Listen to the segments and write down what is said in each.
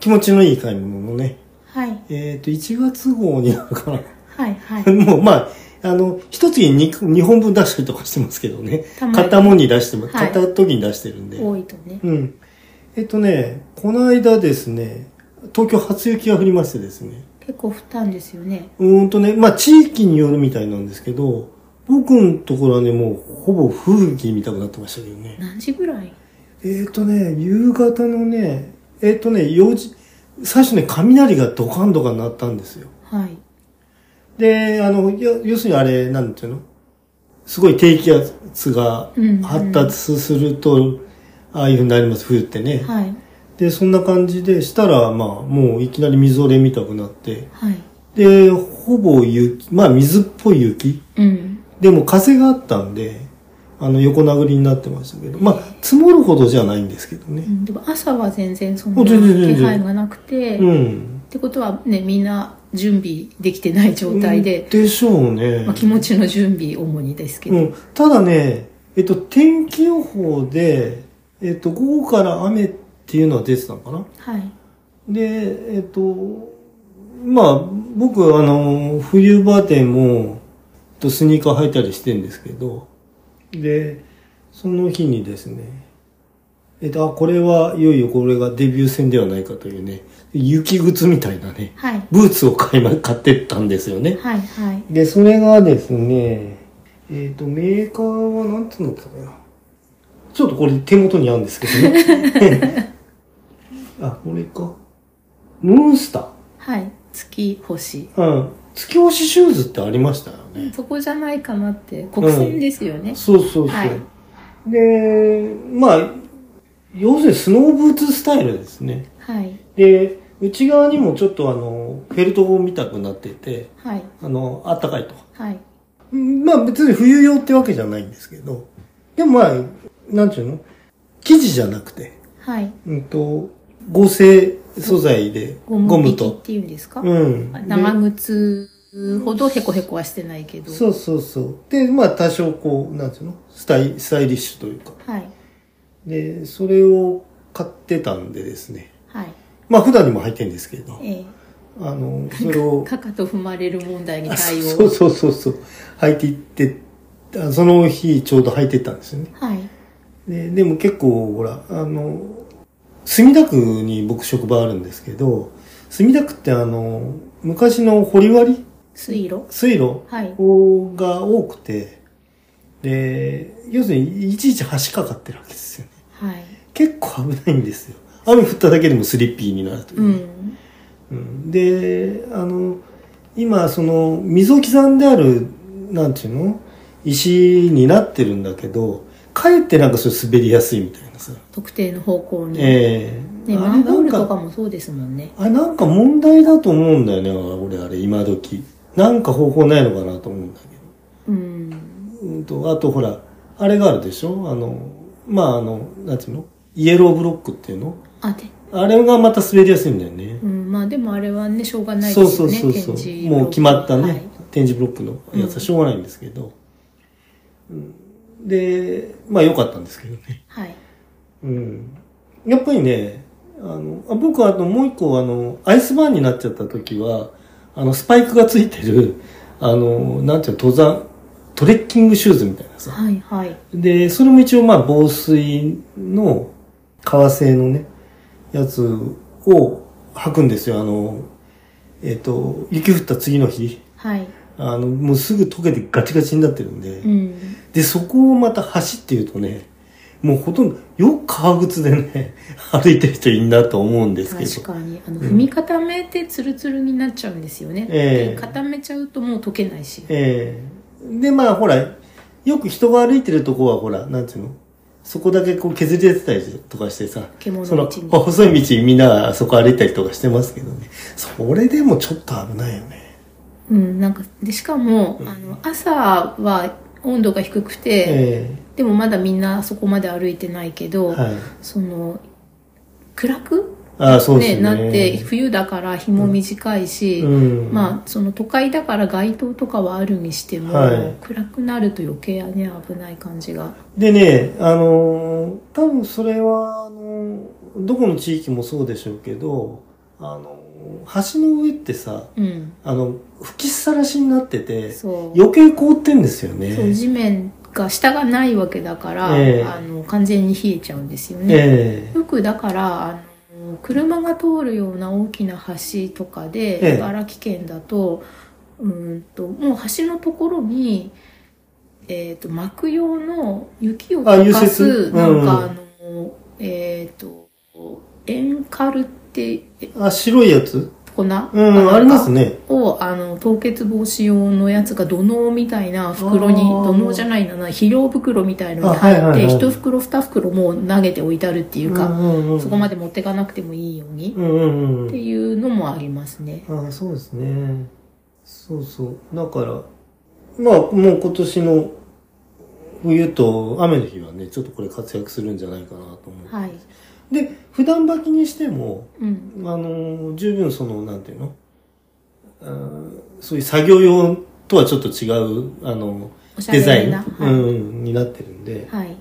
気持ちのいい買い物のね、はい。えっ、と、1月号になるかな。 はい、はい。もう、まあ、あの、一月に 2, 二本分出したりとかしてますけどねた。まに買ったもんに出しても、はい買った時に出してるんで。多いとね。うん。えっとね、この間ですね、東京初雪が降りましてですね。結構負担ですよね。うーんとね、まあ地域によるみたいなんですけど、僕のところはね、もうほぼ吹雪みたくなってましたけどね。何時ぐらいえっ、とね、夕方のね、えっ、とね、4時、最初ね、雷がドカンドカン鳴ったんですよ。はい。で、あの、要要するにあれ、なんていうのすごい低気圧がうんうん発達すると、ああいうふうになります、冬ってね。はい。で、そんな感じでしたら、まあ、もういきなりみぞれみたくなって、はい。で、ほぼ雪、まあ水っぽい雪。うん。でも風があったんで、あの、横殴りになってましたけど、まあ、積もるほどじゃないんですけどうね。ん、でも朝は全然そんなあ全然全然気配がなくて、うっん。てことはね、みんな準備できてない状態で、でしょうね。まあ、気持ちの準備主にですけど、うん。ただね、えっと、天気予報で、えっと、午後から雨っていうのは出てたのかなはい。で、えっと、まあ、僕、あの、冬場でも、えっとスニーカー履いたりしてんですけど、で、その日にですね、えっと、あ、これはいよいよこれがデビュー戦ではないかというね、雪靴みたいなね、はい。ブーツを買いま、買ってったんですよね。はい、はい。で、それがですね、えっ、と、メーカーはなんつうのだったかな。ちょっとこれ手元にあるんですけどね。 あ、これか。ムーンスタはい。月星。ー。うん。月押しシューズってありましたよね。そこじゃないかなって、国選ですよね。そうそうそう。はいで、まあ、要するにスノーブーツスタイルですね。はい。で、内側にもちょっとあの、フェルトを見たくなってて、はい。あの、あったかいと。はい。うんまあ別に冬用ってわけじゃないんですけど、でもまあ、なんていうの生地じゃなくて、はい。うんと、合成素材で、ゴゴムム引きっと。ていうんですか、うん。長で靴ほどヘコヘコはしてないけど。そうそうそう。で、まあ多少こう、なんていうのスタイ、スタイリッシュというか。はい。で、それを買ってたんでですね。はい。まあ普段にも履いてるんですけれど、えあの、えそれを。かかと踏まれる問題にあ対応。 そうそうそうそう。履いていって、あその日ちょうど履いてったんですよね。はい。ででも結構ほらあの墨田区に僕職場あるんですけど墨田区ってあの昔の掘り割り水路水路はい。をが多くてで要するにいちいち橋かかってるわけですよねはい。結構危ないんですよ雨降っただけでもスリッピーになるというう、ん。うんであの今その溝刻んであるなんていうの石になってるんだけどかえってなんかそれ滑りやすいみたいなさ特定の方向に。ええね、マンホールとかもそうですもんね。あれなんか問題だと思うんだよね俺あれ今時なんか方法ないのかなと思うんだけうん。どうんとあとほらあれがあるでしょあのまああのなんていうのイエローブロックっていうのあ、で、あれがまた滑りやすいんだよねうん。まあでもあれはね、しょうがないですそようね。そうそうそう展示もう決まったね、はい展示ブロックのやつはしょうがないんですけど、うんでまあ良かったんですけどねはい。うんやっぱりね、あの、あ僕はあの、もう一個あの、アイスバーンになっちゃった時は、あの、スパイクがついてる、あの、なんていうの、登山、トレッキングシューズみたいなさ。はい、はい。で、それも一応まあ、防水の、革製のね、やつを履くんですよ。あの、えっ、と、雪降った次の日、はい。あの、もうすぐ溶けてガチガチになってるんで、うん。で、そこをまた走って言うとね、もうほとんど、よく革靴でね、 歩いてる人いんなと思うんですけ確ど。かにあのうん踏み固めてツルツルになっちゃうんですよね、ええで固めちゃうともう溶けないし、ええで、まあほら、よく人が歩いてるとこはほら、なんていうのそこだけこう削れてたりとかしてさ、獣そ道の、に細い道みんなあそこ歩いたりとかしてますけどね。それでもちょっと危ないよね。うんなんかでしかも、あの朝は温度が低くて、えでもまだみんなそこまで歩いてないけえど、はい。その暗く、ああ、そうですねね。なって冬だから日も短いし、うん。まあその都会だから街灯とかはあるにしても、はい暗くなると余計ね危ない感じがでね、あのー多分それは、あのーどこの地域もそうでしょうけど、あの、橋の上ってさ、うん。あの、吹きさらしになってて、そう。余計凍ってんですよね。そう地面が下がないわけだから、ええあの完全に冷えちゃうんですよね。えよくだからあの車が通るような大きな橋とかええで茨城県だと,、うーんともう橋のところに、えー、と巻く用の雪をあ溶かす融雪なうんうんんかあの、えっ、とエンカルってええあ、白いやつ粉、うん、ありますね。をあの凍結防止用のやつが土のうみたいな袋あにー土のうじゃないなな肥料袋みたいのにあはいはいはい入って一袋二袋もう投げて置いてあるっていうか、そこまで。で持ってかなくてもいいようにうんうんうってん。いうのもありますね。ああ、そうですね。そうそう。だから、まあ、もう今年の冬と雨の日はね、ちょっとこれ活躍するんじゃないかなと思う。はい、で、普段履きにしても、うんあの、十分その、なんていうのあーそういう作業用とはちょっと違う、あの、おしゃデザイれン、な、うはいんうん、になってるんで、はい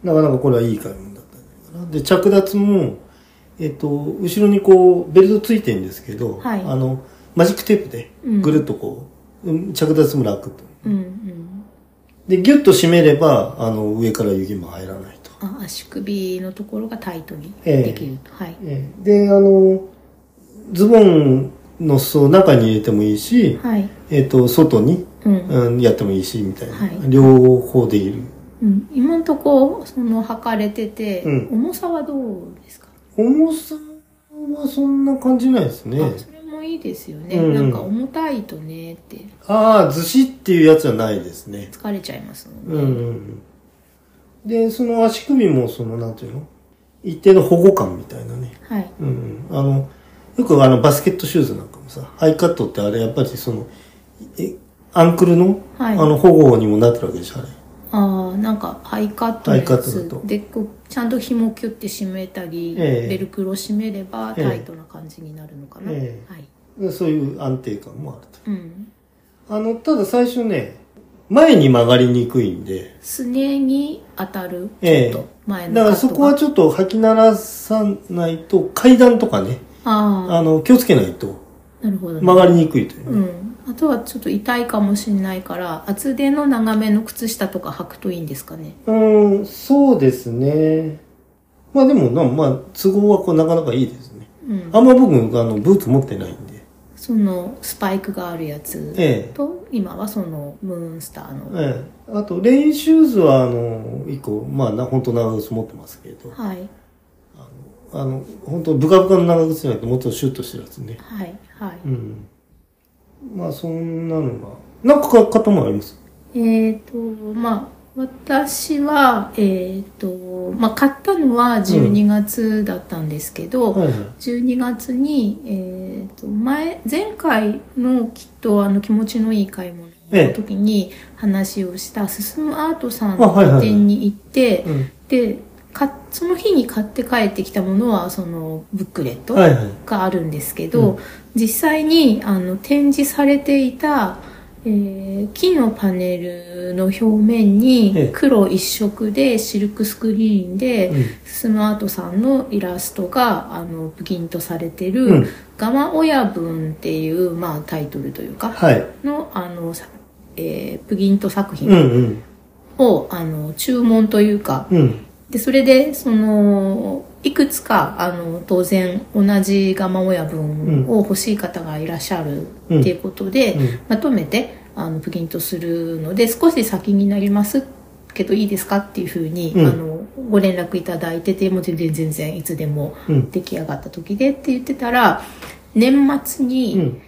なかなかこれはいい買い物だったんじゃないかな。で、着脱も、えっ、と、後ろにこう、ベルトついてるんですけど、はいあの、マジックテープで、うんぐるっとこう、うん着脱も楽と。うんうん、で、ギュッと締めれば、あの、上から雪も入らないと。あ足首のところがタイトにできると、はいええで、あの、ズボンの裾を中に入れてもいいし、はいえっ、と、外に、うんうん、やってもいいし、みたいな。はい両方できる。うん、今んとこその履かれてて、うん重さはどうですか重さはそんな感じないですね。あそれもいいですよね、うんなんか重たいとねってああ、ずしっていうやつはないですね。疲れちゃいますもんね、うんうんうん。で、その足首も、その、なんていうの一定の保護感みたいなね。はいうんうん。あの、よくあの、バスケットシューズなんかもさ、ハイカットってあれ、やっぱりその、え、アンクルの、はいあの、保護にもなってるわけでしょ、あれ。ああなんかハイカットのやハイカットだつとでこうちゃんと紐キュッて締めたり、ええベルクロ締めればええタイトな感じになるのかな、ええはいでそういう安定感もあると。うんあの、ただ最初ね、前に曲がりにくいんで、すねに当たるちえょえっと前のだからそこはょちょっと吐き鳴らさないと、階段とかね、ああの、気をつけないとあなるほどね、曲がりにくいというね。うん、あとはちょっと痛いかもしれないから厚手の長めの靴下とか履くといいんですかねうん、そうですね。まあでもな、まあ、都合はこうなかなかいいですね。うんあんま僕、あの、ブーツ持ってないんで。そのスパイクがあるやつええ。と今はそのムーンスターのええ。あと、レインシューズは、あの、一個、まあ、な本当長靴持ってますけど、はいあの、本当ブカブカの長靴じゃなくて、もっとシュッとしてるやつね。はいはい、うん。まあ、そんなのが。なんか買い方もあります。えっ、とまあ私はえっ、とまあ買ったのは12月だったんですけど、はいはい。 12月に、えー、と前前回のきっとあの気持ちのいい買い物の時に話をした進むアートさんあはいはいはのい店に行って、うん。でかその日に買って帰ってきたものはそのブックレットはいはい。があるんですけど、実際にあの展示されていた、えー木のパネルの表面ええに黒一色でシルクスクリーンで、うんスマートさんのイラストがあのプキンとされてる「うんガマ親分」っていう、まあ、タイトルというかはい。のあの、さえープギント作う品んうん。を、あの注文というかうん。でそれでそのいくつかあの当然同じガマ親分を欲しい方がいらっしゃるっていうことで、うんまとめてあのプギントするので少し先になりますけどいいですかっていうふうに、うんあのご連絡いただいててもう全然全然いつでもうん。出来上がった時でって言ってたら年末に、うん。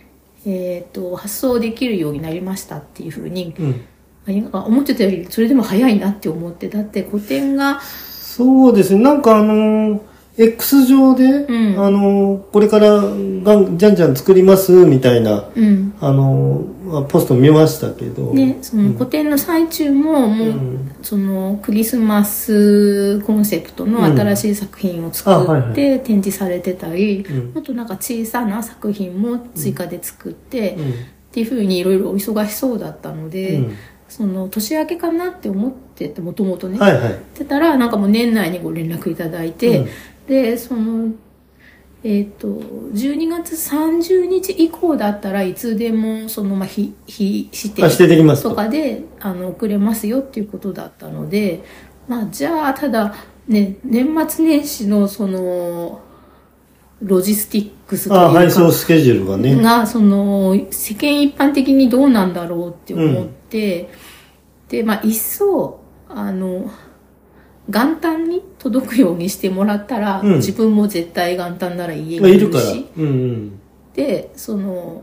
えー、と発送できるようになりましたっていうふうに、うん。あ思ってたよりそれでも早いなって思ってだって個展がそうですね。なんかあのー X 上で、んあのーこれからがんじゃんじゃん作りますみたいな、うんあのーポスト見ましたけど。ねその個展の最中ももう、うんそのクリスマスコンセプトの新しい作品うんあをはい作はっいて展示されてたり、うんもっとなんか小さな作品も追加で作って、うっんていうふうにいろいろお忙しそうだったので、うんその年明けかなって思っててもともとね、はいはい。ってたらなんかもう年内にご連絡いただいて、うんでそのえっ、と、12月30日以降だったらいつでも、その、まあ、非、非指あ指定定できますととかで、あの、送れますよっていうことだったので、まあ、じゃあ、ただ、ね、年末年始の、その、ロジスティックスというあか、配送スケジュールがね。が、その、世間一般的にどうなんだろうって思って、で、まあ、いっそ、あの、元旦に届くようにしてもらったら、うん自分も絶対元旦なら家まあ、にいいるるから。し、うんうん。で、その、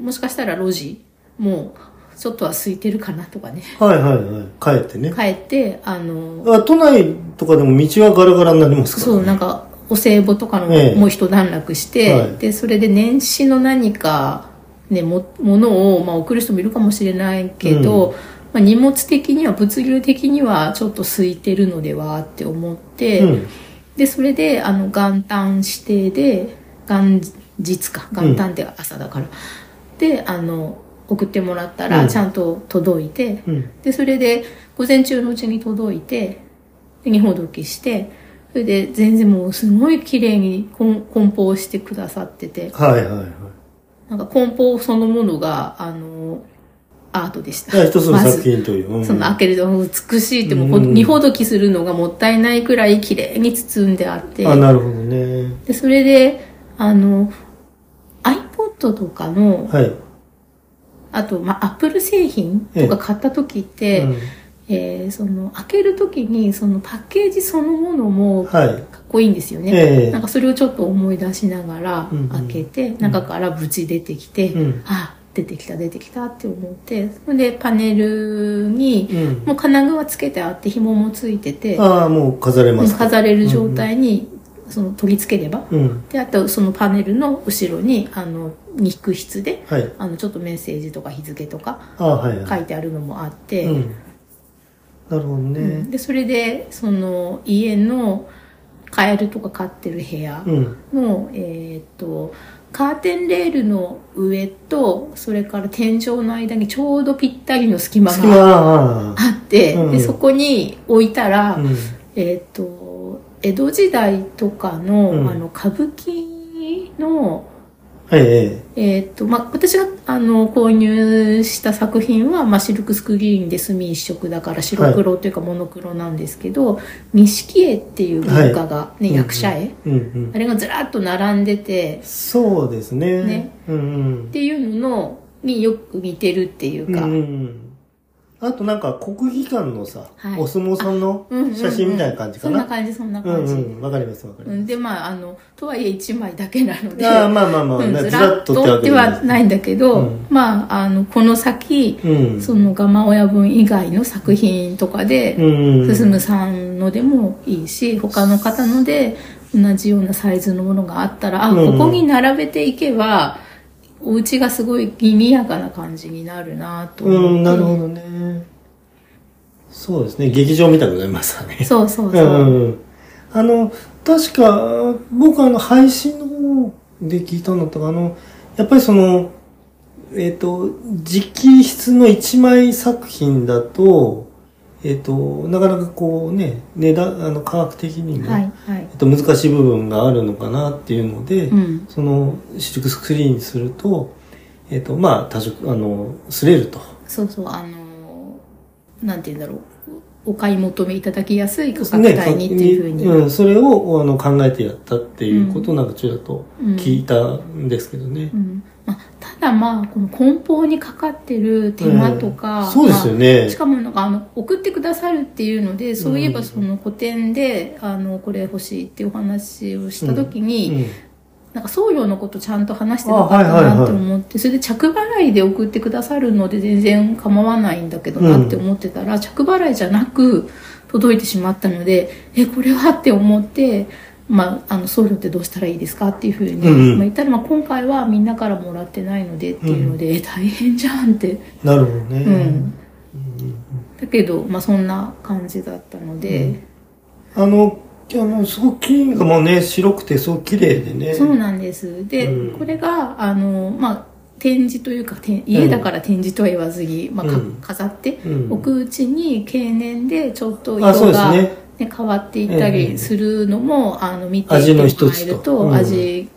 もしかしたら路地も、ちょっとは空いてるかなとかね、はいはいはい。帰ってね。帰って、あの、あ都内とかでも道はガラガラになりますから、そう、なんか、お歳暮とかのええもう一段落して、はいで、それで年始の何か、ね、も、ものを、まあ、送る人もいるかもしれないけど、まあ、荷物的には、物流的には、ちょっと空いてるのではって思って、うん。で、それで、あの、元旦指定で、元日か、元旦って朝だから、で、あの、送ってもらったうんら、ちゃんと届いて、うん。で、それで、午前中のうちに届いて、で、二本どきして、それで、全然もう、すごい綺麗に梱梱包してくださってて、はいはいはい。なんか梱包そのものが、あの、アートでしじゃた。あ一つのまず作品という。うんその開けると美しいって、もうこううん二ほどきするのがもったいないくらい綺麗に包んであって、あ、なるほどね。で、それで、あの、iPod とかの、はい。あと、まあ、Apple 製品とか買った時って、うんえーその開ける時にそのパッケージそのものもかはい。っこいいんですよね、ええなんかそれをちょっと思い出しながらうんうん開けて、中から無事出てきて、うんあ出てきた出てきたって思ってそれでパネルにうんもう金具はつけてあって紐もついてて、ああ、もう飾れますか。飾れる状態にその取り付ければ、うん。であとそのパネルの後ろにあの肉筆ではい。あのちょっとメッセージとか日付とかああ、はいは書い。いてあるのもあって、うん。なるほどね。でそれでその家のカエルとか飼ってる部屋うん。の、えーっとカーテンレールの上とそれから天井の間にちょうどぴったりの隙間隙が間、ああ。あって、うんでそこに置いたら、うん。えーっと江戸時代とかの,、うんあの歌舞伎のはい、ええーっとまあ、私があの購入した作品は、まあ、シルクスクリーンで墨一色だから白黒というかモノクロなんですけど錦絵っていう文化が、ねえ。役者絵、うんうん。あれがずらっと並んでてそうですね。ねうんっていうののによく似てるっていうん。ううんか、うん。あとなんか国技館のさ、はいお相撲さんのうんうんうん写真みたいな感じかそんなな。感じそんなうん感じ、うん。わかりますわかりうまんでまああのとはいえ1枚だけなのす。でああ、まあまあまあ、うんずずららっっとってとわっけてじゃ。はないいんだけど、うんまああのこの先、うん。その我慢親分以外の作品とかで、うんうん。進むさんのでもいいし他の方ので同じようなサイズのものがあったらあうんここに並べていけばお家がすごい賑やかな感じになるなと思って、うん、なるほどね。そうですね。劇場見たくなりましたね。そうそううそう、んうん。あの、確か、僕あの、配信の方で聞いたんだったか、あの、やっぱりその、えっ、と、直筆の一枚作品だと、えっ、と、なかなかこうね、値段、あの、科学的にも、はいはいえっと、難しい部分があるのかなっていうので、うんその、シルクスクリーンにすると、えっ、と、まあ、多色、あの、擦れると。そうそうあのーなんて言うんだろうお買い求めいただきやすい価格ね帯にっていうふうに、ん、それをあの考えてやったっていうことをなんか中だと聞いたんですけどねう。んまあ、ただまあこの梱包にかかってる手間とか、うんそうですよねまあしかもなんかあの送ってくださるっていうのでそういえばその個展で、あのこれ欲しいっていうお話をした時に、なんか送料のことちゃんと話してなかったあはいはいはないって思ってそれで着払いで送ってくださるので全然構わないんだけどなって思ってたら、着払いじゃなく届いてしまったのでえこれはって思って。まあ、あの送料ってどうしたらいいですかっていうふうに、うんうんまあ、言ったら、まあ、今回はみんなからもらってないのでっていうので、え大変じゃんって、なるほどうんね。だけど、まあ、そんな感じだったので、あの、あの、すごく金がもうね、白くてすごく綺麗でね。そうなんですで、うんこれがあの、まあ、展示というかて家だから展示とは言わずに、まあかうん飾ってうんおくうちに経年でちょっとあそ色うですがねね、変わっていったええりするのも、あの見てい味てものら一えつるとうとん味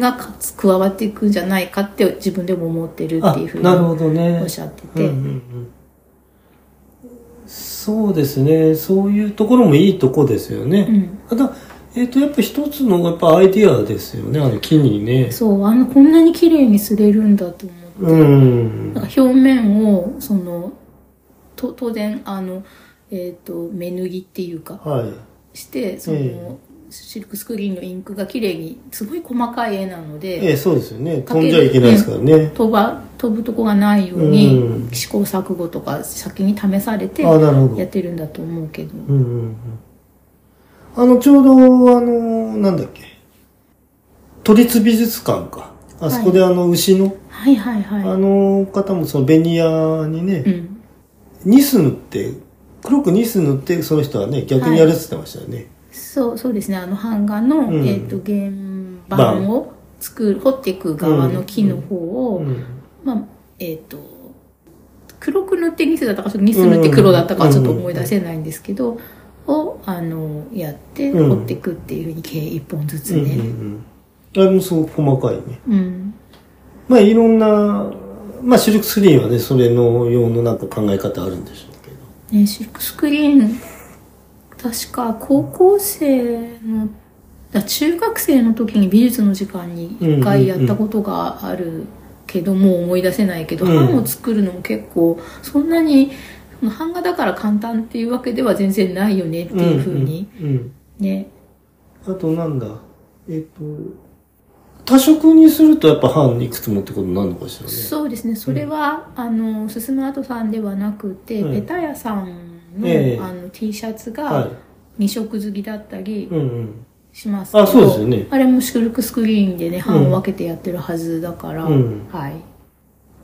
がかつ加わっていくんじゃないかって自分でも思ってるあっていうふうになるおほどねっしゃってうんうてんうんそうですねそういうところもいいとこですよね、うたんだえっ、とやっぱ一つのやっぱアイディアですよねあの木にねそうあのこんなに綺麗にすれるんだと思ってうんなんか表面をそのと当然あの、えっと目脱ぎっていうかはいしてその、えシルクスクリーンのインクが綺麗にすごい細かい絵なので、ええそうですよね飛んじゃいけないですからね飛ば飛ぶとこがないように、うん試行錯誤とか先に試されてあなるほどやってるんだと思うけどうんうんうんあのちょうどあのなんだっけ都立美術館かあそこであの牛の、はいはいはいあの方もそのベニヤにね、うんニス塗って、黒くニス塗って、その人はね、逆にやるって言ってましたよね。そうそうですねあの版画の、うんえっと原版を作る掘っていく側の木の方を、うんまあえっ、と黒く塗ってニスだったかちょっとニス塗って黒だったかちょっと思い出せないんですけど、をあのやってうん掘っていくっていうふうに計一本ずつうんうんね、うん。あれもすごく細かいね。うん、まあいろんな、まあシルクスリーンはね、それの用のなんか考え方あるんでしょうけど。ね、シルクスクリーン、確か高校生の、あ中学生の時に美術の時間に一回やったことがあるけど、もう思い出せないけど、うん版を作るのも結構、そんなに、その版画だから簡単っていうわけでは全然ないよねっていうふうに、うんうんね。うん。あとなんだ、えっと、多色にするとやっぱ版いくつもってことになるのかしらね。そうですね、それは、あの、すすむアートさんではなくて、うんペタヤさんの,、ええあの T シャツはがい。 2色好きだったり、うんうん。しますけどあそうですよねあれもシルクスクリーンでねん版を分けてやってるはずだから、うんはい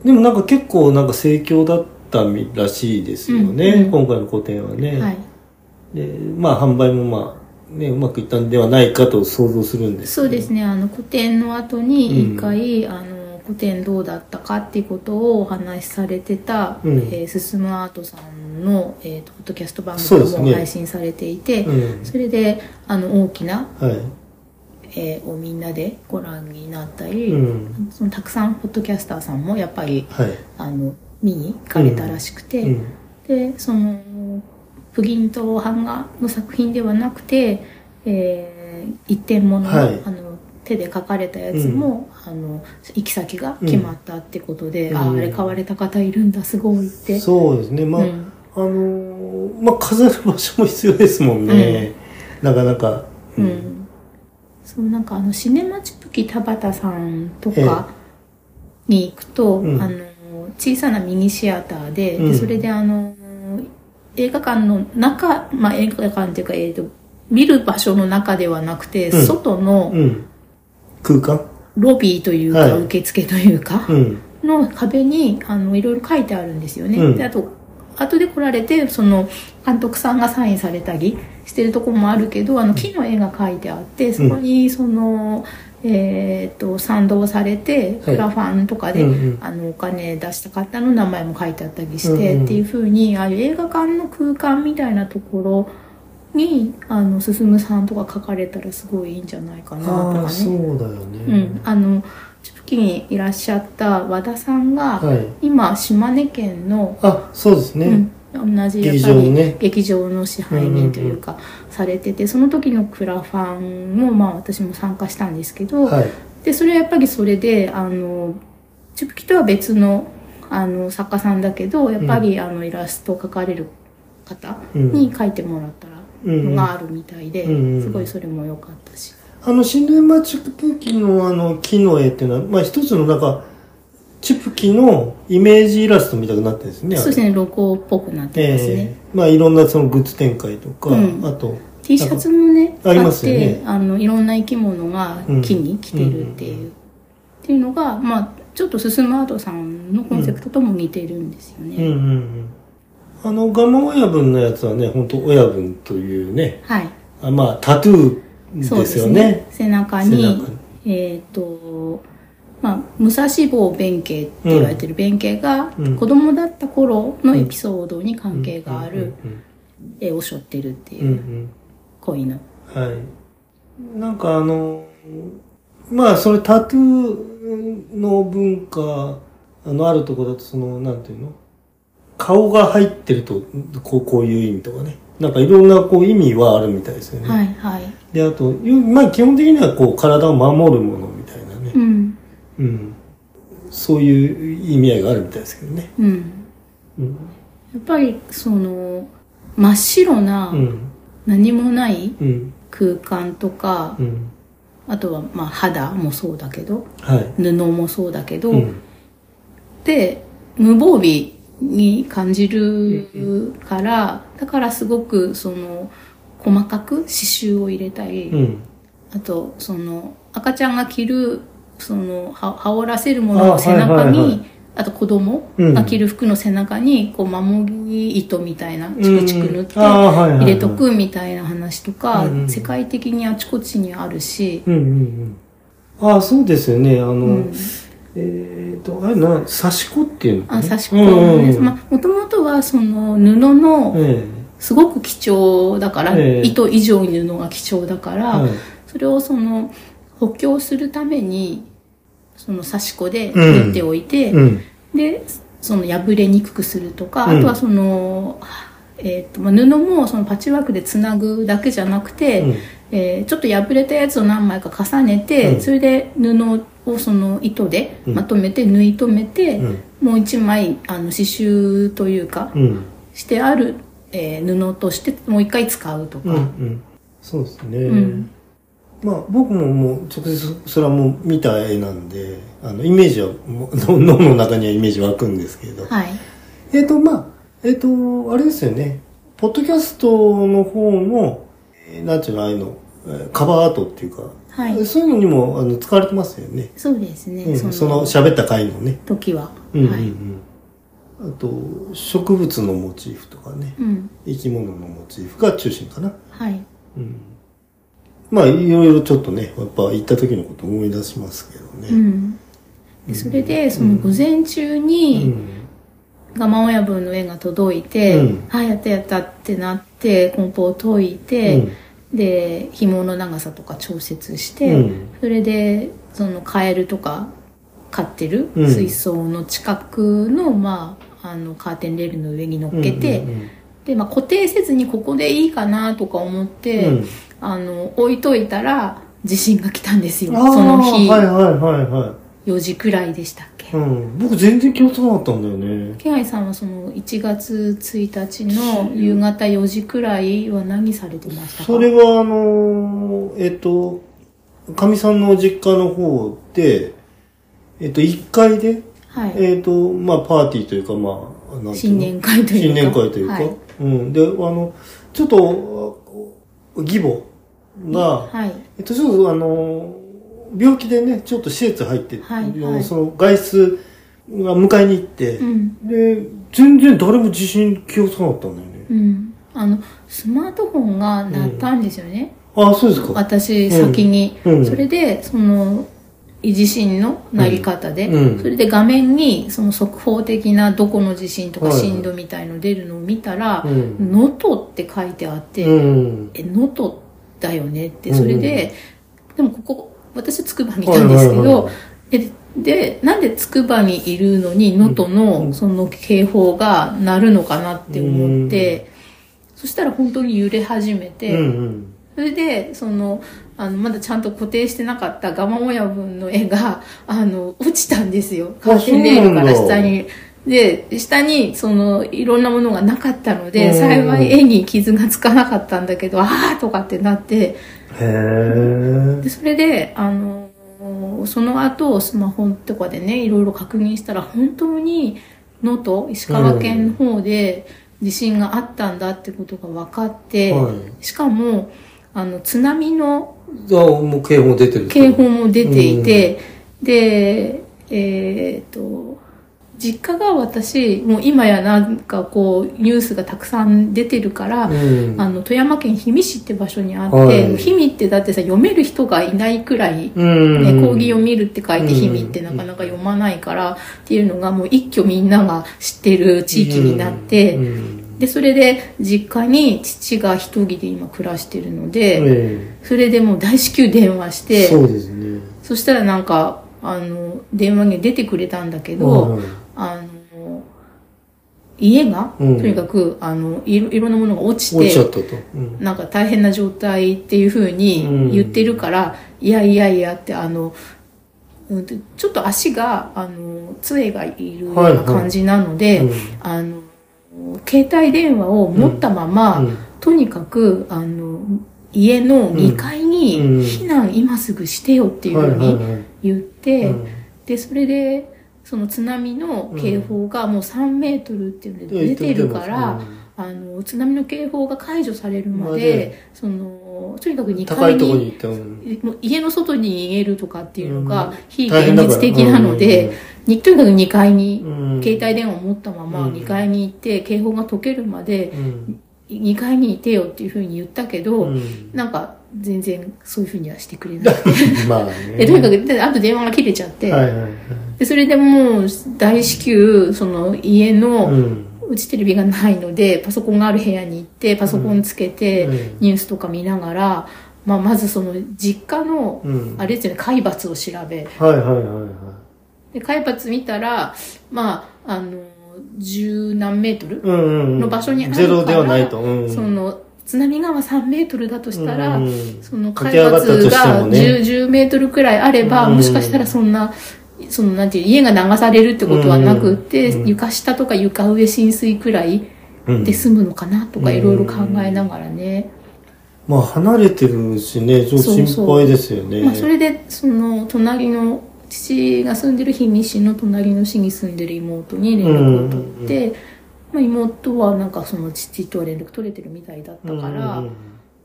でもなんか結構なんか盛況だったみらしいですよね。うんうん今回の個展はね。はいで、まあ販売もまあ、ね、うまくいったんではないかと想像するんですそうですねあの個展の後にうん一回、あの個展どうだったかっていうことをお話しされてた、うんえー進むアートさんの、えー、とポッドキャスト番そうで組すもね配信されていてそ,、うん。れであの大きな、はえーをみんなでご覧になったい。り、うん。そのたくさんポッドキャスターさんもやっぱりはい。あの見に行かれたらしくて、うん。でそのプギンと版画の作品ではなくて、えー一点物の,、はいあの手で描かれたやつも、あの行き先が決まったってことで、うんあうんああれ買われた方いるんだすごいってそうですね。まあ、うんあのーまあ飾る場所も必要ですもんね。なかなか。うんそうなんかあのシネマチュプキ田畑さんとええかに行くと、うんあの小さなミニシアターで,で、うんそれであの映画館の中、まあ、映画館っていうか、えー、と見る場所の中ではなくて、うん外のうん。空間ロビーというか、はい受付というか、うん。の壁にあのいろいろ書いてあるんですよね。うんであと後で来られてその監督さんがサインされたりしてるとこもあるけどあの木の絵が描いてあってそこにその、えー、と賛同されてはいクラファンとかで、うんうんあのお金出した方の名前も書いてあったりして、うんうんっていうふうにああいう映画館の空間みたいなところにあの進さんとか書かれたらすごいいいんじゃないかなとかね。ああ、そうだようねん。、あのチュプキにいらっしゃった和田さんが、はい。今島根県の、あ、そうですね。うん、同じやっ劇ぱ場りにね。劇場の支配人というか、されててその時のクラファンも、まあ、私も参加したんですけど、はい。でそれはやっぱりそれであのチュプキとは別のあの作家さんだけどやっぱり、あのイラストを描かれる方に描いてもらったのがあるみたいで、うんうんすごいそれも良かったし。あの、シネマチュプキのあの、木の絵っていうのは、まあ一つのなんか、チュプキのイメージイラストみたくなってるんですね。あれそうですね、ロゴっぽくなってますね。ええまあいろんなそのグッズ展開とか、うんあと、 T シャツもね、あありますよねあってあの、いろんな生き物が木に来てるっていう。うんうんうんっていうのが、まあ、ちょっと進むアートさんのコンセプトとも似てるんですよね。うんうんうん。あの、ガマ親分のやつはね、本当親分というね、はい。あまあタトゥーそうでですすよね。ね。背中背に中に、えっ、と、まあ、武蔵坊弁慶って言われてる弁慶が、うん子供だった頃のエピソードに関係があるうん絵を背負ってるっていうう。んうん。子犬。はい。なんかあの、まあそれタトゥーの文化あのあるとこだとその、なんていうの顔が入ってると、こうこういう意味とかね。なんかいろんなこう意味はあるみたいですよね。はいはい。で、あと、よまあ基本的にはこう体を守るものみたいなねう。ん。うん。そういう意味合いがあるみたいですけどね。うん。うん。やっぱり、その、真っ白なうん。何もないうん。空間とかう、ん。あとは、まあ、肌もそうだけど、はい。布もそうだけど、うん。で無防備に感じるから、だからすごくその細かく刺繍を入れたり、うん。あとその赤ちゃんが着るそのは羽織らせるもののあ背中にあ,、はいはいはいと子供うんが着る服の背中にこう守り糸みたいなチクチク塗ってうんあーはいはいはい入れとくみたいな話とか、うんうん世界的にあちこちにあるし、うんうんうん。ああ、そうですよね。あの、うんえっ、と、あれな、刺し子っていうのかなあ差し込むねうんうんまあもともとはその布の、えすごく貴重だから、ええ糸以上に布が貴重だかえら、はい。それをその補強するためにその刺し子でうん縫っておいて、うん。でその破れにくくするとか、うんあとはその、えーとまあ、布もそのパッチワークでつなぐだけじゃなくて、うんえーちょっと破れたやつを何枚か重ねて、うんそれで布をその糸でまとめて縫い留めて、うんもう一枚あの刺繍というか、うん。してある、えー布としてもう一回使うとか、うん。うん。そうですね。うんまあ、僕ももう直接それはもう見た絵なんで、あの、イメージは もう、脳の中にはイメージ湧くんですけど。はいえっ、と、まあ、えっ、と、あれですよね。ポッドキャストの方の、えーなんていうの、ああいうの、えーカバーアートっていうか、はいそういうのにもあの使われてますよね。そうですね、うん、その喋った回のね。時は、うんうんはい、うん。あと、植物のモチーフとかね。うん生き物のモチーフが中心かな。はい、うん。まあ、いろいろちょっとね、やっぱ行った時のこと思い出しますけどうね。ん、でそれでその午前中うにん。我慢親分の絵が届いて、うんあやったやったってなって梱包を解いて、で紐の長さとか調節して、うんそれでそのカエルとか飼ってるうん水槽の近くの,、まあ、あのカーテンレールの上に乗うっん。けて、うんうんで、まあ、固定せずにここでいいかなとか思って、うんあの置いといたら地震が来たんですよあーその日、はいはいはいはい。 4時くらいでしたっけ、うん、僕全然気をつかなかったんだよね。気配さんはその1月1日の夕方4時くらいは何されてましたかそれはあのーえっと、かみさんの実家の方で、えっと、1階で、はい、えっと、まあ、パーティーというか、まあ、なんていう新の年会というか新年会というか、はいうん。で、あの、ちょっと、あ義母が、はい、えっと、ちょっとあの、病気でね、ちょっと施設入って、はいはいその外出が迎えに行って、うんで、全然誰も地震気をつかなかったんだよね。うんあのスマートフォンが鳴ったんですよね、あそうですか。私先に、うんうんそれでその地震のなり方で、うんうんそれで画面にその速報的などこの地震とかはい震度みたいの出るのを見たらうん「能、登、って書いてあって「うん。え能登だよね」ってうんそれで、でもここ私は筑波にいたんですけど、はいはいはいえでなんで筑波にいるのに能登うんのその警報が鳴るのかなって思って、そしたら本当に揺れ始めうんて。うん。それで、その、あの、まだちゃんと固定してなかったガマ親分の絵が、 あの、落ちたんですよ。カーテンレールからそうな下んだに。で、下に、その、いろんなものがなかったのうで、ん幸い絵に傷がつかなかったんだけど、あーとかってなって、へえで。それで、あの、その後、スマホとかでね、いろいろ確認したら、本当に、能登、石川県の方で地震があったんだってことが分かって、はしかも、あの、津波のい。じゃあ、もう警報出てる。警報も出ていて、で、えーっと、実家が私、もう今やなんかこう、ニュースがたくさん出てるから、うん。あの、富山県氷見市って場所にあって、はい氷見ってだってさ、読める人がいないくらい、うん。ね、講義を見るって書いうてん日々ってなかなか読まないからっていうのがもう一挙みんなが知ってる地域になって、うんで、それで実家に父が一人で今暮らしてるので、えそれでもう大至急電話しえて、そうですね。そしたらなんか、あの、電話に出てくれたんだけはど、いあの、家が、うんとにかく、あのいろ、いろんなものが落ち、落ちちゃってたと。うんなんか大変な状態っていうふうに言ってるから、いやいやいやって、あの、うんと、ちょっと足が、あの、杖がいるような感じなので、うんあの、携帯電話を持ったまま、うんとにかく、あの、家の2階にうん避難今すぐしてよっていうはいふうはいにはい言って、うんで、それで、その津波の警報がもう3メートルっていうので出てるから、あの、津波の警報が解除されるままでで、その、とにかくう2ん高階いところに、に行ったうんもう家の外に逃げるとかっていうのうがん非大現変だから実的なので、にとにかく2階にうん携帯電話を持ったままうん2階に行って、警報が解けるまでうん2階にいてよっていうふうに言ったけど、 うんなんか全然そういうふうにはしてく れなくてまあね。でとにかくであと電話が切れちゃって、はいはいはい。でそれでもう大至急その家の、ううんちテレビがないのでパソコンがある部屋に行ってパソコンつけて、うんニュースとか見ながら、まあ、まずその実家の、うんあれですよね海抜を調べはいはいはいはで海抜見たらまああの十何メートルい。うんうんうんの場所にあるからゼロではないと。うんその津波がまあ3メートルだとしたら、うんその駆海け上がったと抜してがも 10, ね10メートルくらいあれば、うんもしかしたらそんな、そのなんていう、家が流されるってことはなくって、うん床下とか床上浸水くらいうんで済むのかなとかうんいろいろ考えながらね。まあ離れてるしね、ちょっとそうそう心配ですよね。まあそれで、その隣の、父が住んでる氷見市の隣の市に住んでる妹に連絡を取って、まあ、妹はなんかその父とは連絡取れてるみたいだったから、うん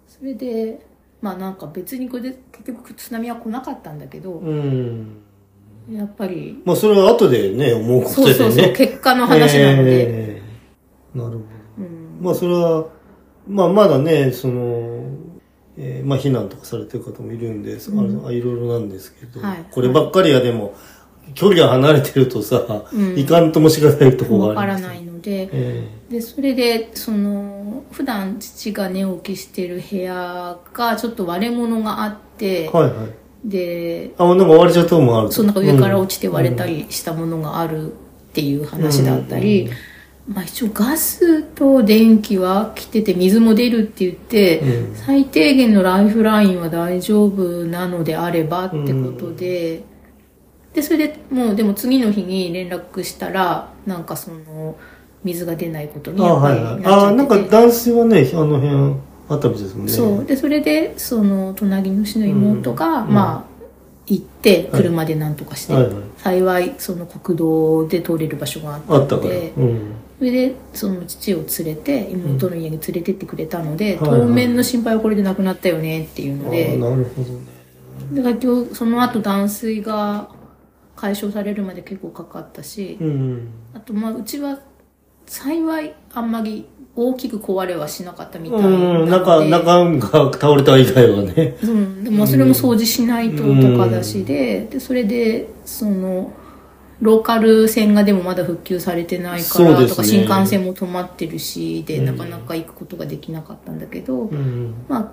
それでまあなんか別にこれで結局津波は来なかったんだけど、うんうん。やっぱりまあそれは後でね、思うこそとうでそうそう、ね。結果の話なので、ええなるほど。うんまあそれは、まあまだね、その、えーまあ避難とかされてる方もいるんで、そあうんあいろいろなんですけど、はいこればっかりはでも、距離が離れてるとさ、うんいかんともしがたいとこわがかありらます。ないので、えでそれでその普段父が寝起きしてる部屋がちょっと割れ物があって、えはいはい。であ、なんか割れちゃったのもあるとその中上から落ちて割れたりしたものがあるっていう話だったり、まあ一応ガスと電気は来てて水も出るって言って、うん最低限のライフラインは大丈夫なのであればってことで、でそれでもうでも次の日に連絡したらなんかその水が出ないことにあ、やっぱはりいはい。なっちゃあ、ってなんてか男性はね、あの辺あったみたいですもんね。そう。で、それで、その、隣の市の妹が、うんまあ、行って、車でなんとかして、はいはい幸い、その国道で通れる場所があったあったのから。で、うん。それで、その父を連れて、妹の家に連れてってくれたので、はいはい当面の心配はこれでなくなったよねっていうあーので、なるほどね。だから今日、その後断水が解消されるまで結構かかったし、うん。あと、まあ、うちは、幸い、あんまり大きく壊れはしなかったみたいなのうで。ん、中、中が倒れた以外はね。うん、でもそれも掃除しないととかだしで,、でそれでそのローカル線がでもまだ復旧されてないかそうらでとすか、ね新幹線も止まってるしで、うんなかなか行くことができなかったんだけど、うん。まあ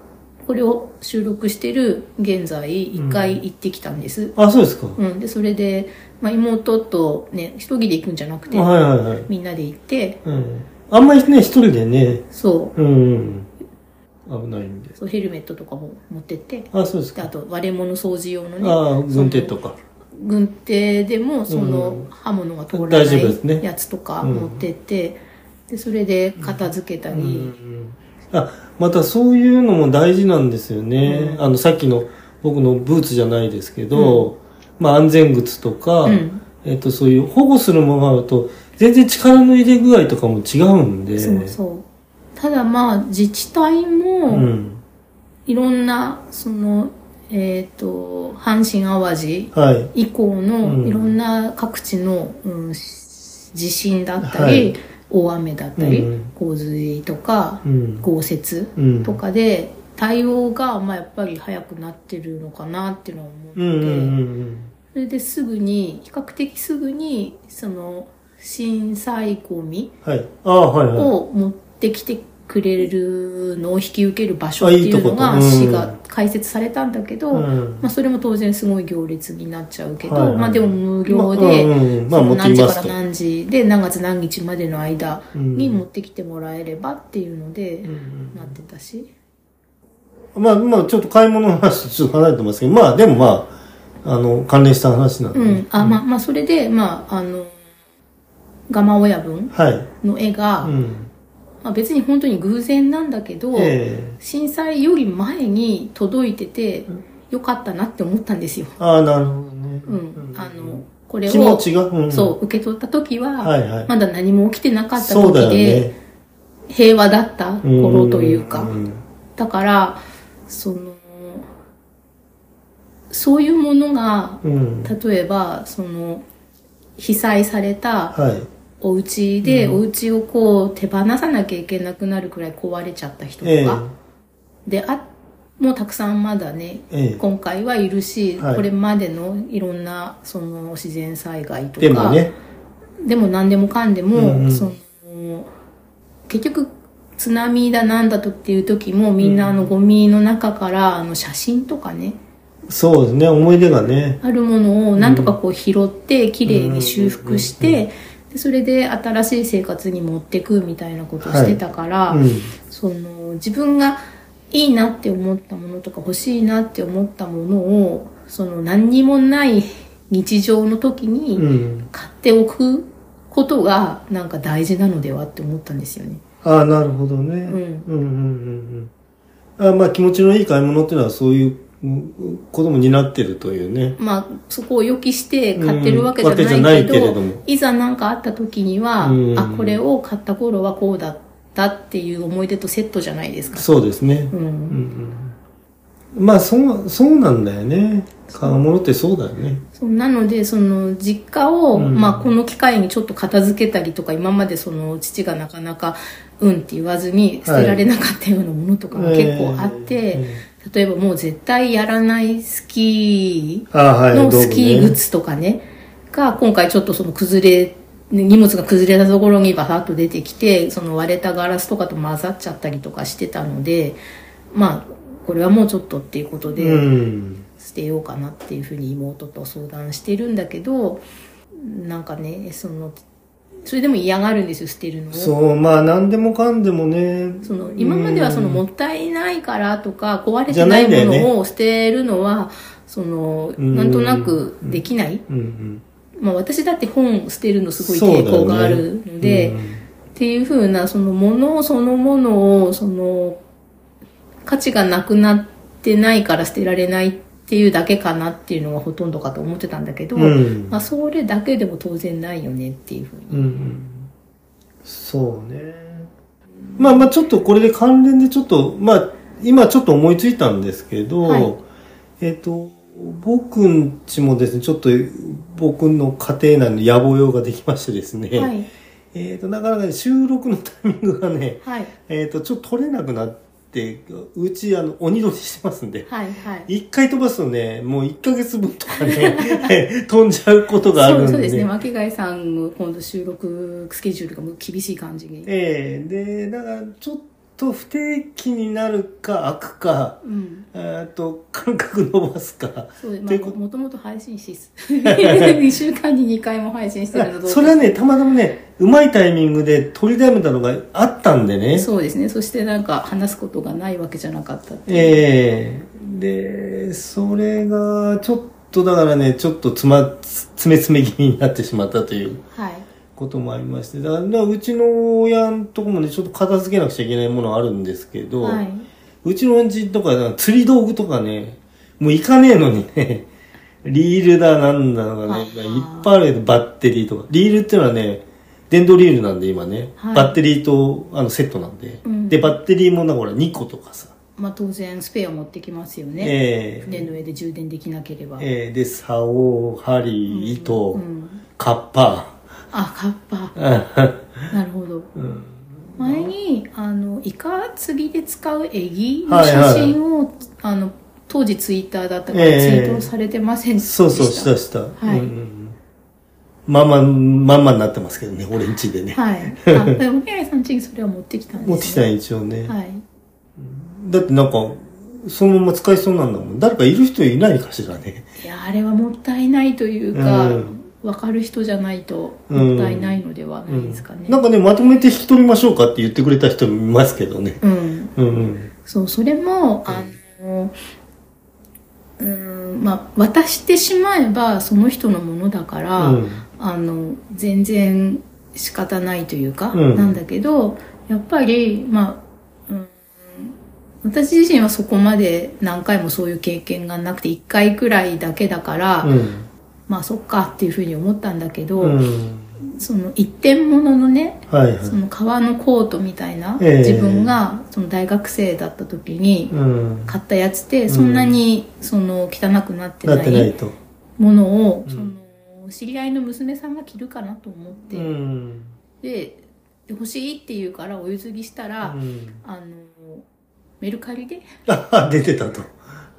これを収録してる現在一回行ってきたんです、あ、そうですか。うんでそれで、まあ、妹とね一人で行くんじゃなくて、はいはいはい。みんなで行ってうん。あんまりね、一人でね、そうん。危ないんでう。そうヘルメットとかも持ってってあ、そうですでか。あと割れ物掃除用のねああ、軍手とか。軍手でもそうのん刃物が通ら大丈夫ですなねいやつとか持ってって、でそれで片付けたうんうり、ん。あ、またそういうのも大事なんですよね。うんあの、さっきの僕のブーツじゃないですけど、まあ安全靴とか、うんえっと、そういう保護するものがあると、全然力の入れ具合とかも違うんで。そうそうただまあ自治体もん。いろんなその、えっ、と阪神・淡路はい。以降うのんいろんな各地の、うん、し地震だったり、はい大雨だったり、うん洪水とかうん。豪雪うんとかで対応がまあやっぱり早くなってるのかなっていうのは思って、うんうんうんそれですぐに比較的すぐにその震災ゴミうん。はい。ああ、はいはい。を持っってきてくれるのを引き受ける場所っていうのあがいいとこ市とが開設されたんだけど、うんまあ、それも当然すごい行列になっちゃうけど、はいはいまあ、でも無料で、まあうんうんまあそ持のって何き時まかすらと何時で何月何日までの間にうん持ってきてもらえればっていうので、なってたし。まあ、まあ、ちょっと買い物の話、ちょっと離れてますけど、まあ、でもまあ、あの、関連した話なんで。うん。あ、まあ、まあ、それで、まあ、あの、ガマ親分はい。の絵が、うん。まあ、別に本当に偶然なんだけど、ええ震災より前に届いてて、よかったなって思ったんですよ。ああ、なるほどね。うん。あの、これを、気持ちが、うんそう、受け取った時は、はいはいまだ何も起きてなかったそう時だよで、ね。平和だった頃というか、んだから、その、そういうものが、うん。例えば、その、被災されたはい。お家で、お家をこう手放さなきゃいけなくなるくらい壊れちゃった人とええか、で、あ、もうたくさんまだね、ええ今回はいるし、はいこれまでのいろんな、その自然災害とか、でもね、でも何でもかんでも、うんうんその、結局、津波だなんだとっていう時もみんなあのゴミの中からあの写真とかね、そうですね、思い出がね。あるものをなんとかこう拾って、綺麗に修復して、でそれで新しい生活に持ってくみたいなことをしてたから、うん。その自分がいいなって思ったものとか欲しいなって思ったものを、その何にもない日常の時にうん。買っておくことがなんか大事なのではって思ったんですよね。ああ、なるほどね。うんんううんうんうん。あまあ、気持ちのいい買い物っていうのはそういううんことも担ってるというね。まあそこを予期して買ってるわけじゃうんなわいけけじゃないけれど、どもいざ何かあった時には、うんあ、これを買った頃はこうだったっていう思い出とセットじゃないですか。そうですね。ううんん。うん。まあ、そう、そうなんだよね。買うものってそうだよね。そうなので、その実家を、うんまあこの機会にちょっと片付けたりとか、今までその父がなかなかうんって言わずに捨てられなかったようなものとかも結構あって、え例えばもう絶対やらないスキー、ああ、はい。の道具スねキーグッ。ズとかね、が今回ちょっとその崩れ、荷物が崩れたところにバサッと出てきて、その割れたガラスとかと混ざっちゃったりとかしてたので、まあ、これはもうちょっとっていうことうで、ん。捨てようかなっていうふうに妹と相談してるんだけど、なんかね、その、それでも嫌がるんですよ、捨てるのを。そう、まあ、何でもかんでもね。その今まではそのもったいないからとか壊れてじゃなないいんだよもねのを捨てるのはそのうんなんとなくできないうんうん。まあ、私だって本捨てるのすごいそうだよ傾ね向があるので、うんっていうふうなそのものそのものをその価値がなくなってないから捨てられないっていうだけかなっていうのがほとんどかと思ってたんだけど、うんまあ、それだけでも当然ないよねっていうふうに。うんうんそうね。まあまあちょっとこれで関連でちょっと、まあ今ちょっと思いついたんですけど、はいえっ、と、僕んちもですね、ちょっと僕の家庭内の野望用ができましてですね、はい、えっ、と、なかなかね収録のタイミングがね、はい、えっ、と、ちょっと取れなくなって、うちあの鬼取りしてますんで、はい、はい。一回飛ばすとね、もう一ヶ月分とか ね、飛んじゃうことがあるんで、そうそうですね。巻貝さんの今度収録スケジュールがもう厳しい感じに。ええで、だからちょっと不定期になるか開くか、うん。えっと、間隔伸ばすか。そうでというまこあ、ともともと配信し、2週間に2回も配信してるのとそれはね、たまたまね、うまいタイミングで取りだめたのがあったんでね。そうですね。そしてなんか話すことがないわけじゃなかったっていうええで、それが、ちょっとだからね、ちょっとつま、つ詰め詰め気味になってしまったというはい。こともありまして。だから、だからうちの親んとこもね、ちょっと片付けなくちゃいけないものあるんですけど、はうちの恩人とか、釣り道具とかね、もう行かねえのにね、 リールだなんだのがね、いっあーぱいあるけど、バッテリーとか。リールっていうのはね、電動リールなんで今ね、はいバッテリーとあのセットなんで、うんで、バッテリーもな、ほら、2個とかさ、い。まあ当然スペア持ってきますよね。えー船の上で充電できなければ。えーで、竿、針、糸、うん。カッパ あ、カッパ。ー、なるほど。うん前に、あの、イカ釣りで使うエギのはいはい写真を、あの、当時ツイッターだったからツイええートされてませんでしそた。うそう、したした。はいうんうんうんまんま、まんまになってますけどね、俺んちでね。 はい。あ、でも、宮城さん家にそれは持ってきたんです持よ、ね。ってきたん一応ね。はい。だってなんか、そのまま使いそうなんだもん。誰かいる人いないかしらね。いや、あれはもったいないというか、うんわかる人じゃないと、もったいないのではないですかね。なんかね、まとめて引き取りましょうかって言ってくれた人もいますけどね。うん。うんうん。そう、それも、あの、うーん、まあ、渡してしまえばその人のものだから、うんあの、全然仕方ないというか、うんなんだけど、やっぱり、まあ、うん、私自身はそこまで何回もそういう経験がなくて、1回くらいだけだから、うん。まあ、そっかっていうふうに思ったんだけど、うん。その一点物のね、はいはいそ。の革のコートみたいな、ええ自分がその大学生だった時にうん。買ったやつでそんなにその汚くなってななってないいと。ものをうんその知り合いの娘さんが着るかなと思っうてん。でで欲しいって言うからお譲りしたうらんあのメルカリであ、出てたと。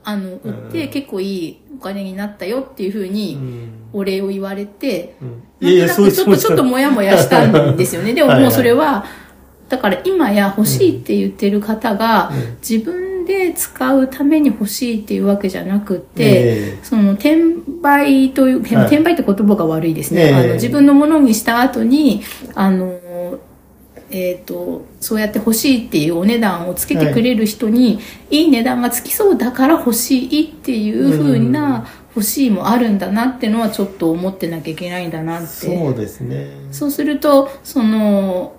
あの売ってうん結構いいお金になったよっていうふううにん。お礼を言われてうんなんとなくちょっとちょっとうもやもやしたんですよね。で もはいはいもうそれは、だから今や欲しいって言ってる方が、自分で使うために欲しいっていうわけじゃなくて、えその転売という、はい転売って言葉が悪いですね。ええあの自分のものにした後に、あの、えっ、と、そうやって欲しいっていうお値段をつけてくれる人に、い、い値段がつきそうだから欲しいっていう風な欲しいもあるんだなってのはちょっと思ってなきゃいけないんだなえって。そうですね。そうすると、その、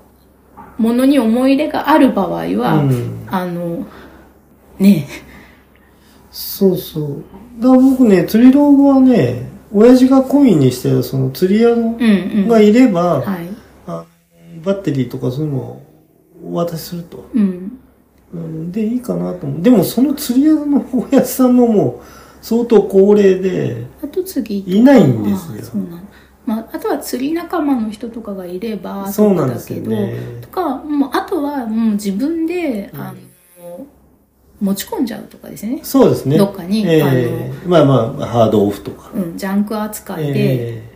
ものに思い入れがある場合は、うんあの、ねそうそう。だから僕ね、釣り道具はね、親父がコインにしてるその釣り屋のえ、うんうん。がいれば、はい。あバッテリーとかそういうのをお渡しすると。うん。うん、で、いいかなと思う。でもその釣り屋の親父さんももう相当高齢で、あと次。いないんですああよそう。なの。まあ、あとは釣り仲間の人とかがいれば、そうなんですよとかだけねど。とか、もう、あとはもう自分で、うんあの、持ち込んじゃうとかですね。そうですね。どっかにええまあまあ、ハードオフとか。うん、ジャンク扱いで、え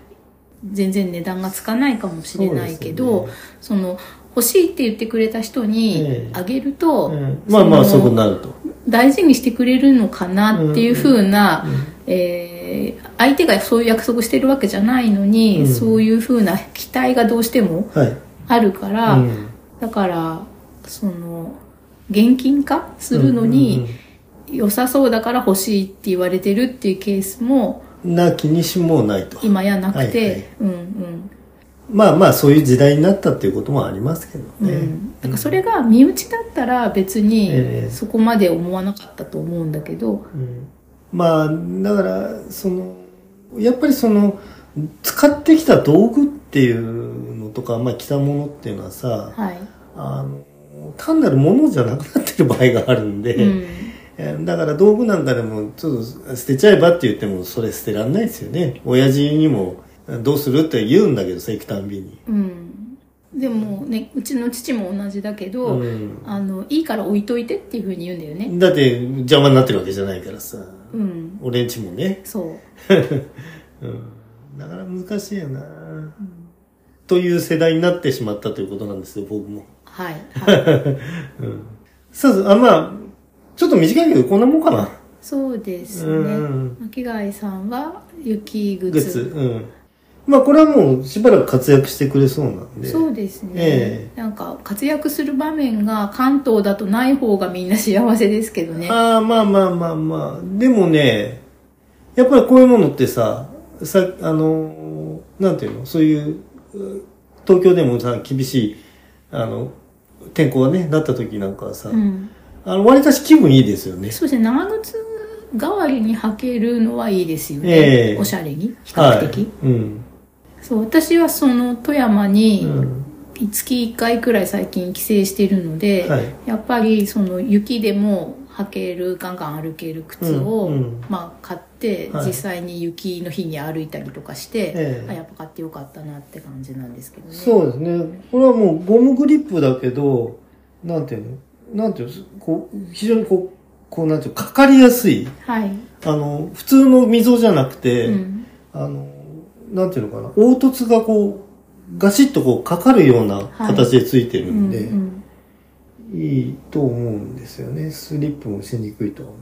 全然値段がつかないかもしれないけど、そうでその、欲しいって言ってくれた人えにえあげるえと、うんまあまあ、そういうことになると。大事にしてくれるのかなっていうふうな、えー相手がそういう約束してるわけじゃないのに、うんそういうふうな期待がどうしてもはい。あるから、うんだからその現金化するのに、うんうん良さそうだから欲しいって言われてるっていうケースもうんなきにしもないと。今やなくて、はいはいうんうんまあまあ、そういう時代になったっていうこともありますけどうね。ん、だからそれが身内だったら別ええにそこまで思わなかったと思うんだけど、うんまあ、だから、その、やっぱりその、使ってきた道具っていうのとか、まあ、着たものっていうのはさ、はい、あの、単なるものじゃなくなってる場合があるんで、うん、えーだから道具なんかでも、ちょっと捨てちゃえばって言っても、それ捨てらんないですよね。親父にも、どうするって言うんだけどさ、行くたんびに。うん、でもねうちの父も同じだけど、うんあのいいから置いといてっていうふうに言うんだよねだって、邪魔になってるわけじゃないからさ。うん俺んちもね。そう、うん。だから難しいよなうんという世代になってしまったということなんですよ、僕も。はい、はい、さあ、あまあ、ちょっと短いけど、こんなもんかな。そうですうんねうん巻貝さんは雪グッ靴ズ。うん。まあ、これはもう、しばらく活躍してくれそうなんで。そうですね、えなんか活躍する場面が関東だとない方がみんな幸せですけどねああ、まあまあまあまあ。でもね、やっぱりこういうものってさ、さ、あのー、なんていうの、そういう、う東京でもさ、厳しい、あの、天候がね、なった時なんかはさ、うんあの、割かし気分いいですよね。そうですね長靴代わりに履けるのはいいですよえね、えおしゃれに比較的、はい。うん。そう私はその富山にうん月1回くらい最近帰省してるので、はいやっぱりその雪でも履けるガンガン歩ける靴うを、んうんまあ、買って、はい実際に雪の日に歩いたりとかして、ええあやっぱ買ってよかったなって感じなんですけどねそうですね。これはもうゴムグリップだけど、なんていうのなんていうのこう、非常にこう、こうなんていうのかかりやすい。はい、あの、普通の溝じゃなくて、うんあの、なんていうのかな、凹凸がこう、ガシッとこう、かかるような形でついてるんで、うんうんいいと思うんですよね。スリップもしにくいとは思う。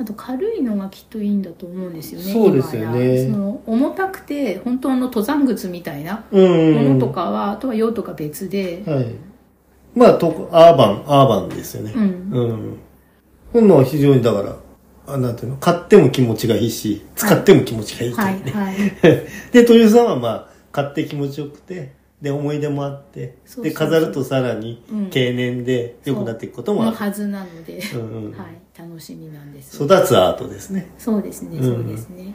あと軽いのがきっといいんだと思うんですよね。そうですよね今やその重たくて本当の登山靴みたいなうんものとかは、あとは用途が別で、はい。まあ、とこアーバン、アーバンですよねう。ん、うん。こんなのは非常にだから、あなんていうの、買っても気持ちがいいし、使っても気持ちがいいとはいういね。はい。で、豊洲さんはまあ、買って気持ちよくて、で、思い出もあって、そうそうそうで、飾るとさらにうん、経年で良くなっていくことものある。はずなので、うんうんはい、楽しみなんです。育つアートですね。そうですね、うんそうですね。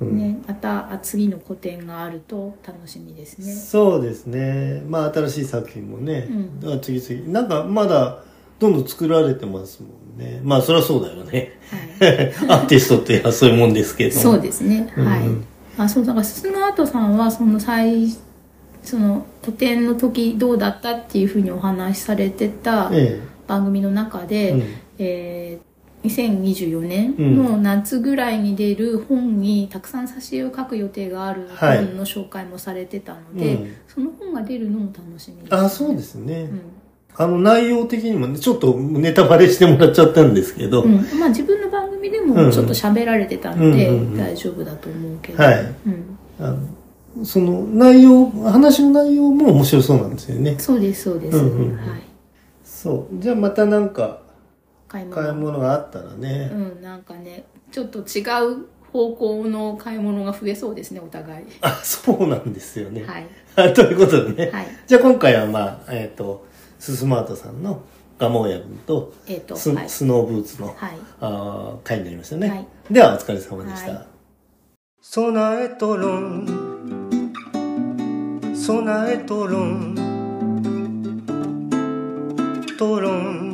うんね、またあ次の個展があると楽しみで すね。そうですね。まあ、新しい作品もね、うあ次々。なんか、まだ、どんどん作られてますもんね。まあ、そりゃそうだよね。はい。アーティストっていうのはそういうもんですけど。そうですね。うんはい。あ、そう、だから、スノアートさんは、その最、その、個展の時どうだったっていうふうにお話しされてたえ番組の中え。で、うんえー2024年の夏ぐらいに出る本にたくさん挿絵を描く予定があるはい本の紹介もされてたので、うんその本が出るのも楽しみです、、あ、そうですすね。うんあの、内容的にもね、ちょっとネタバレしてもらっちゃったんですけど、うんまあ、自分の番組でうんもちょっと喋られてたのでうんうんうん大丈夫だと思うけど、はいうん、あの、その内容、話の内容も面白そうなんですよね。そうですそうです、うんうんうんはいそう。じゃあまたなんか、買い物買い物があったらね。うんなんかねちょっと違う方向の買い物が増えそうですねお互いあ、そうなんですよね。はいあということでね。はいじゃあ今回はまあ、えっ、と、ススマートさんのガモーヤ君とえっ、とス、はいスノーブーツの、はいあー回になりましたね。はいではお疲れ様でした。はい備えとろん備えとろんとろん